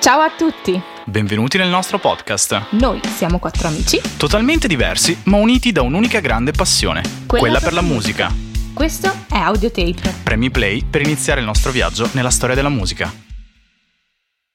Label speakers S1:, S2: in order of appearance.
S1: Ciao a tutti!
S2: Benvenuti nel nostro podcast.
S1: Noi siamo quattro amici.
S2: Totalmente diversi, ma uniti da un'unica grande passione, quella, per la musica.
S1: Questo è Audiotape.
S2: Premi play per iniziare il nostro viaggio nella storia della musica.